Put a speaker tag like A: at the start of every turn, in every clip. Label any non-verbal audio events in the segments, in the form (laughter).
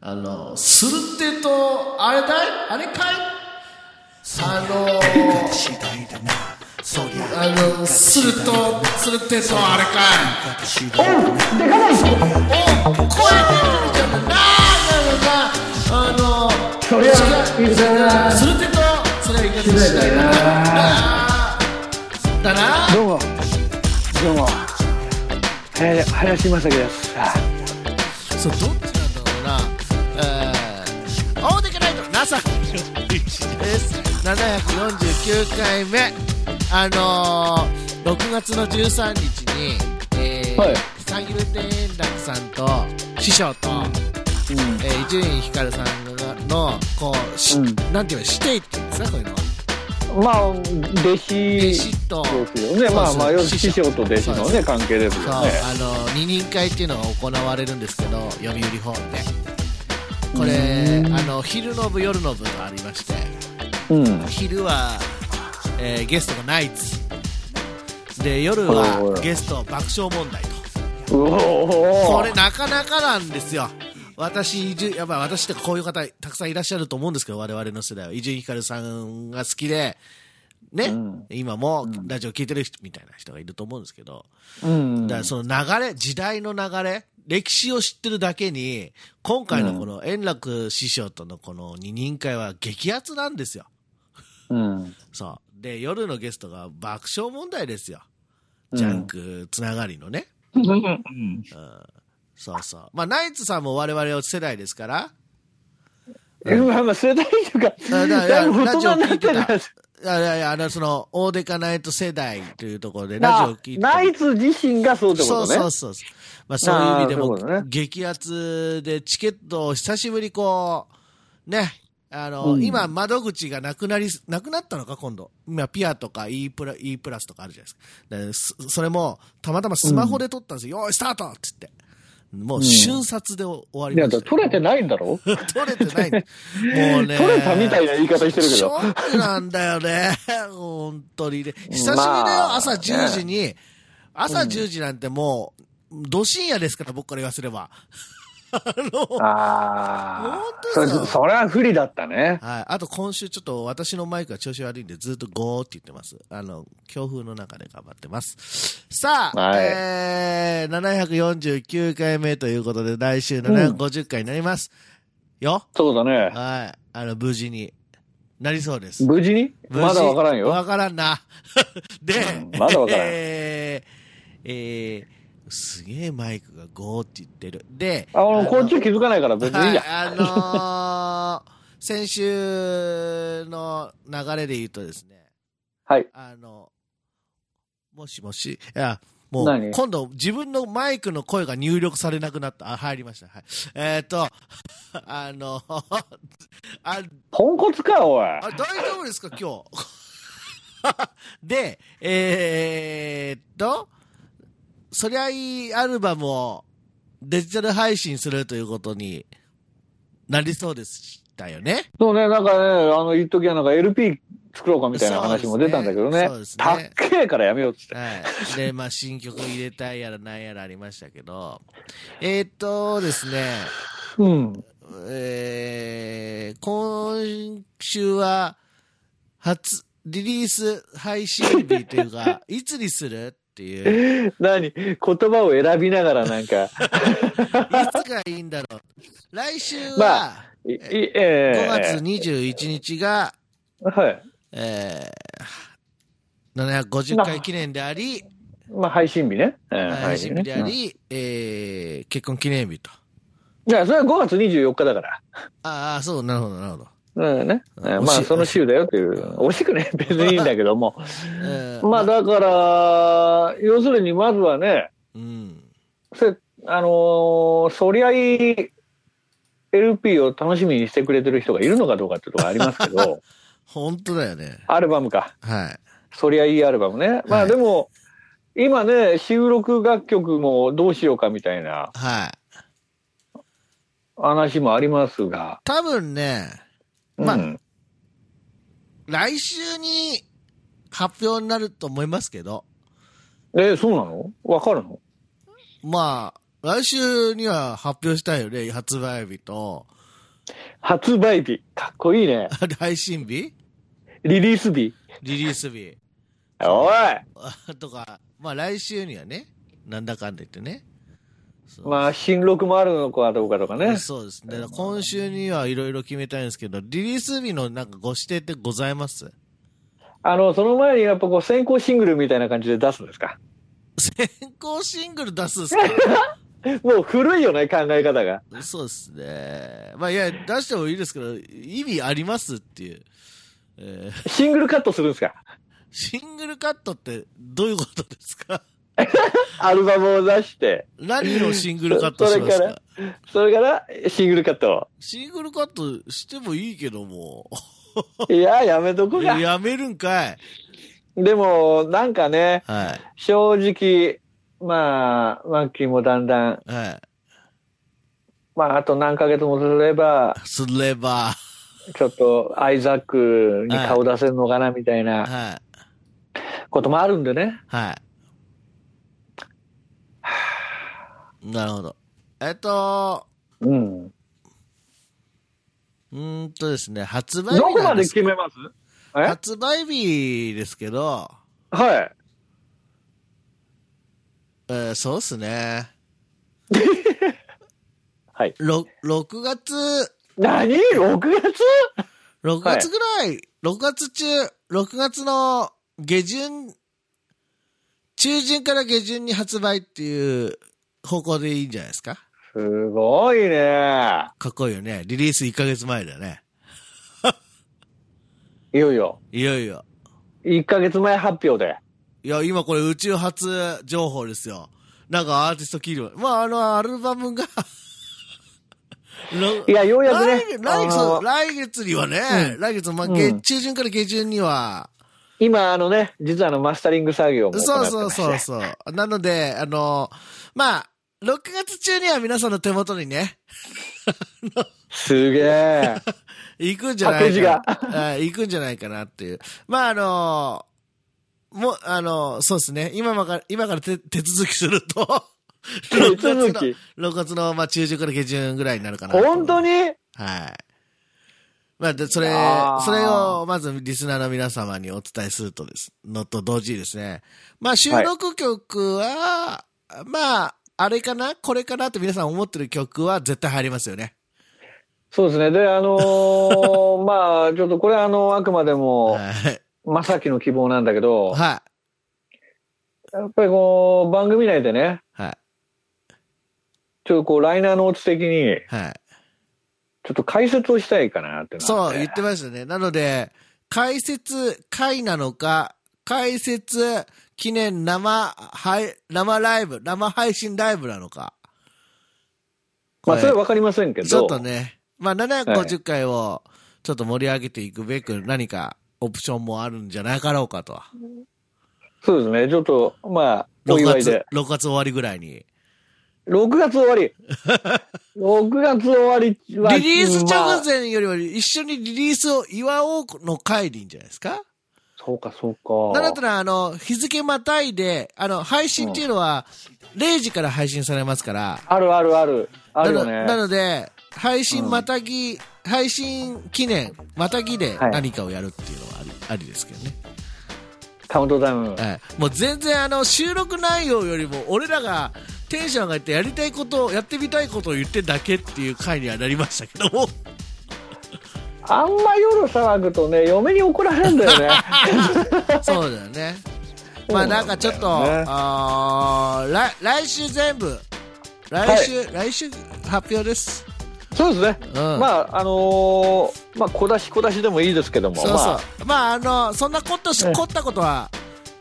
A: あの、するってと、あれだいあれかいあの、あの、すると、するってと、あれかいおう、でかないおう、声出るじゃんなあ、なのか、あの、
B: それはいくな
A: するってと、それはいかしないなあだな
B: どうもどうも林林正樹ですあ
A: そうどっちなんだろうなえー、大手ライト NASA です749回目あのー、6月の13日にえー、
B: はい
A: サンギル天楽さんと師匠と
B: うん
A: えー伊集院光さんがのこうし、
B: うん
A: なんていうの師弟っていうんですかこういうのは
B: まあ弟子
A: 弟
B: です
A: 子と
B: よねまあまあ
A: そう
B: 要
A: そう
B: するに師匠と弟子の
A: そうで
B: ね関係です
A: そう、
B: よね
A: あの二人会っていうのが行われるんですけど読売ホールでこれあの昼の部夜の部がありまして
B: うん
A: 昼は、えーゲストがナイツで夜
B: おいお
A: はいゲスト爆笑問題と
B: うお
A: こ
B: お
A: れなかなかなんですよ私伊集やっぱ私ってこういう方たくさんいらっしゃると思うんですけど我々の世代は伊集院光さんが好きでね、
B: うん
A: 今もラジオ聞いてる人みたいな人がいると思うんですけど、
B: うん
A: だからその流れ、時代の流れ、歴史を知ってるだけに、今回のこの円楽師匠とのこの二人会は激アツなんですよ。
B: うん
A: そう。で、夜のゲストが爆笑問題ですよ。ジャンクつながりのね。
B: うん
A: うん。そうそう。まあ、ナイツさんも我々世代です
B: (laughs)
A: から、
B: まあまあ世代と
A: あ
B: か
A: だから
B: だいぶ大人になってる
A: ラジオ聞いてたいやいやいや、あの、その、大デカナイト世代というところでラジオを聞いて。
B: ナイツ自身がそうってこ
A: そ
B: と
A: う
B: ね
A: そうそうそう。まあそういう意味で
B: あーそういうこと
A: も
B: ね、
A: 激アツでチケットを久しぶりこう、ね、あの、
B: うん
A: 今窓口がなくなり、なくなったのか今度。今ピアとか E プラ、E プラスとかあるじゃないですか。でそそれも、たまたまスマホで撮ったんですよ。よーい、スタートっつって。もう瞬殺で終わり
B: いや
A: ま
B: だ
A: し
B: か
A: た。
B: ら取れてないんだろ
A: (laughs) 撮れてない。もうね。
B: 取れたみたいな言い方してるけ
A: ショ
B: ど
A: ックなんだよね。 (laughs) 本当にね。久しぶりだよ、
B: まあ
A: 朝10時に。朝10時なんてもう、ど深夜ですから、僕から言わせれば。あの、はい。
B: ああ
A: 本当
B: そ
A: だ
B: れそれは不利だったね
A: あと今週ちょっと私のマイクが調子悪いんで、ずっとゴーって言ってます。あの、強風の中で頑張ってます。さあ、
B: はい
A: えー、749回目ということで、来週750回になります。よ。
B: そうだね
A: はい。あの、無事になりそうです。
B: 無事に
A: 無事
B: まだわからんよ。
A: わからんな。 (laughs) で、
B: うんまだわからん
A: えー、えー、すげえマイクがゴーって言ってる。で、
B: あ、俺こっち
A: は
B: は気づかないから別にいい
A: い、
B: や。
A: あの
B: (laughs)
A: ー、先週の流れで言うとですね、
B: はい。
A: あの、もしもし、いや、もう
B: 何、
A: 今度、自分のマイクの声が入力されなくなった。あ、入りました。はい。えっ、ー、と、 (laughs) あの、あ
B: ポンコツか、おい。
A: あ大丈夫ですか、今日。 (laughs) で、えー、っと、そりゃいいアルバムをデジタル配信するということになりそうでしたよね。
B: そうね、なんかね、あの、一時はなんか LP 作ろうかみたいな話も出たんだけどね
A: そうです。ねそ
B: た
A: う
B: っ
A: ですね
B: けえからやめようっつって。
A: はい。で、まあ、新曲入れたいやらなんやらありましたけど、えー、っとですね、
B: うん。
A: えー、今週は、初、リリース配信日というか、いつにするっていう。
B: 何言葉を選びながらな
A: (laughs)
B: んか、
A: いつがいいんだろう。来週
B: ま
A: は、
B: いい
A: 5
B: ええ
A: 月21日が、
B: はい。
A: えー、750回記念であり、
B: まあ、配信日ね。ええ
A: 配信日であ。
B: ね
A: り、えー、結婚記念日と。
B: うんいや、それは5月24日だから。
A: ああ、そう、なるほど、なるほど。
B: うんね。え
A: 惜し
B: え
A: い
B: まあ、その週だよっていう。惜しくね。別にいいんだけども。
A: えー
B: まあ、、だから、要するにまずはね、
A: うん。
B: せあのーそりゃいい LP を楽しみにしてくれてる人がいるのかどうかっていうところありますけど、 (laughs)
A: 本当だよね。
B: アルバムか。
A: はい。
B: そりゃいいアルバムね。ま
A: は
B: あ
A: い
B: でも、今ね、収録楽曲もどうしようかみたいな
A: はい。
B: 話もありますが、
A: 多分ね、ま
B: ま
A: あ
B: あ、
A: 来週に発表になると思いますけど、
B: え、そうなのわかるの
A: まあ、来週には発表したいよね、発売日と、 (laughs)
B: 発売日。かっこいいね。
A: あれ配信日
B: リリース日。
A: リリース日
B: おい
A: あ (laughs) とか、まあ来週にはね、なんだかんだ言ってね。そう
B: まあ、新録もあるのかどうかとかね。
A: そうですね。だから今週にはいろいろ決めたいんですけど、リリース日のなんかご指定ってございます
B: あの、その前にやっぱこう先行シングルみたいな感じで出すんですか。
A: 先行シングル出すん
B: (laughs)
A: ですか
B: もう古いよね、考え方が。
A: そうですね。まあいや、出してもいいですけど、意味ありますっていう。えー
B: シングルカットするんですか。
A: シングルカットってどういうことです
B: (laughs)
A: か
B: アルバムを出して、
A: 何をシングルカットします
B: そ
A: か
B: れからそれからシングルカット。
A: シングルカットしてもいいけども。
B: いや、やめとこうか。
A: やめるんかい。
B: でも、なんかね、
A: は
B: 正直、まあ、マッキーもだんだん、
A: い。はい。
B: まあ、あと何ヶ月もすれば、
A: すれば、
B: ちょっとアイザックに顔出せるのかな、みたいな
A: はい。
B: こともあるんでね。
A: はい。なるほど。えっと、
B: うん。
A: うーんとですね、発売
B: ど
A: 日
B: こ
A: な
B: ま
A: んで
B: です決めますえ
A: 発売日ですけど、
B: はい。
A: えーそうっすね。
B: (laughs) はい。
A: ろ6月、
B: 何 ?6 月
A: 6月ぐらい、6月中、6月の下旬、中旬から下旬に発売っていう方向でいいんじゃないですか
B: すごいね。
A: かっこいいよね。リリース1ヶ月前だよね。
B: いよいよ。
A: いよいよ。
B: 1ヶ月前発表で。
A: いや、今これ宇宙初情報ですよ。なんかアーティスト切る。まあ、あの、アルバム
B: (laughs)
A: がろ
B: いや、ようやく
A: 来
B: ね、
A: 来
B: あの
A: そう来月にはね、
B: うん
A: 来月、まあ、
B: うん
A: げ中旬から下旬には、
B: 今あのね、実はあのマスタリング作業も行って
A: そ
B: ま
A: う
B: して
A: そうそうそう。なので、あの、まあ、6月中には皆さんの手元にね、
B: すげ
A: (laughs)
B: え。
A: 行くんじゃないか
B: パ
A: な。はい行くんじゃないかなっていう。まあ、あの、もう、あの、そうですね。今から、今から手手続きすると、
B: (laughs) 手
A: 6月の
B: 続き。
A: 6月の、まあ、中旬から下旬ぐらいになるかな。
B: 本当に
A: はい。まあ、で、それ
B: あ、ー
A: それを、まず、リスナーの皆様にお伝えするとです、のと同時にですね。まあ、収録曲は、まあ、あれかなこれかなって皆さん思ってる曲は絶対入りますよね。
B: そうですね。で、あの
A: (laughs)
B: ーまあ、ちょっとこれあの、あくまでも、
A: はい。
B: まさきの希望なんだけど、
A: はい。
B: やっぱりこう、番組内でね、
A: はい。
B: ちょっとこう、ライナーノーツ的に、
A: はい。
B: ちょっと解説をしたいかなってなって
A: そう、言ってましたね。なので、解説会なのか、解説記念生、はい、生ライブ、生配信ライブなのか。
B: まあ、それは
A: こ
B: わかりませんけ
A: れ
B: ど、
A: ちょっとね、まあ、750回をちょっと盛り上げていくべく、何かオプションもあるんじゃなかろうかと。
B: そうですね。ちょっと、まあ、お
A: 6
B: 祝い
A: 月
B: で。、
A: 6月終わりぐらいに。
B: 6月終
A: (laughs)
B: わり。6月終わりは。
A: リリース
B: ま
A: 直
B: あ
A: 前よりも一緒にリリースを祝おうの会でいいんじゃないですか
B: そうか、そうか。
A: なんだったら、あの、日付またいで、あの、配信っていうのは、0時から配信されますから、
B: あるあるある。あるよ
A: な
B: ね
A: の。なので、配信またぎ、配信記念、またぎで
B: はい
A: 何かをやるっていうのはあり,、ありですけどね。
B: カウントダウン。
A: はい。もう全然、あの、収録内容よりも、俺らがテンション上がってやりたいことを、やってみたいことを言ってだけっていう回にはなりましたけども。
B: あんま夜騒ぐとね、嫁に怒られるんだよ
A: (laughs)
B: ね。
A: そうだよね。まあなんかちょっと、あー来来週全部、来週、来週発表です。
B: そうですね。
A: うん。
B: まあ、あのーまあ、小出し小出しでもいいですけども、
A: そうそう。
B: ま
A: ま
B: あ、
A: あ、あ、の、そんなことし、
B: うん
A: 凝ったことは、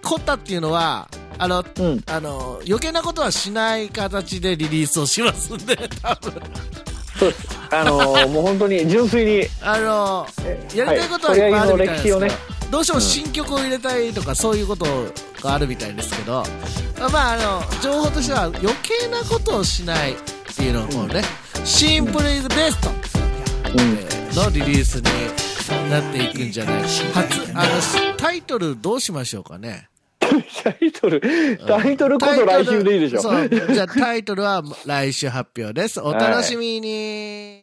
A: 凝ったっていうのは、あの、
B: うん。
A: あの、余計なことはしない形でリリースをしますんで、多分。
B: そうです。あのーもう本当に純粋に、
A: あの、
B: え
A: やりたいことはいっぱいあるみたい
B: は
A: で
B: い
A: す
B: それ
A: け
B: 以外の
A: ど、
B: 歴史をね
A: どうしても新曲を入れたいとか、そういうことがあるみたいですけど、まあ、あの、情報としては余計なことをしないっていうのもね、シンプルイズベスト。
B: うん。
A: のリリースになっていくんじゃない初あのタイトルどうしましょうかね
B: タイトル、タイトルこそ来週でいいでしょ。
A: そう。じゃあタイトルは来週発表です。お楽しみに。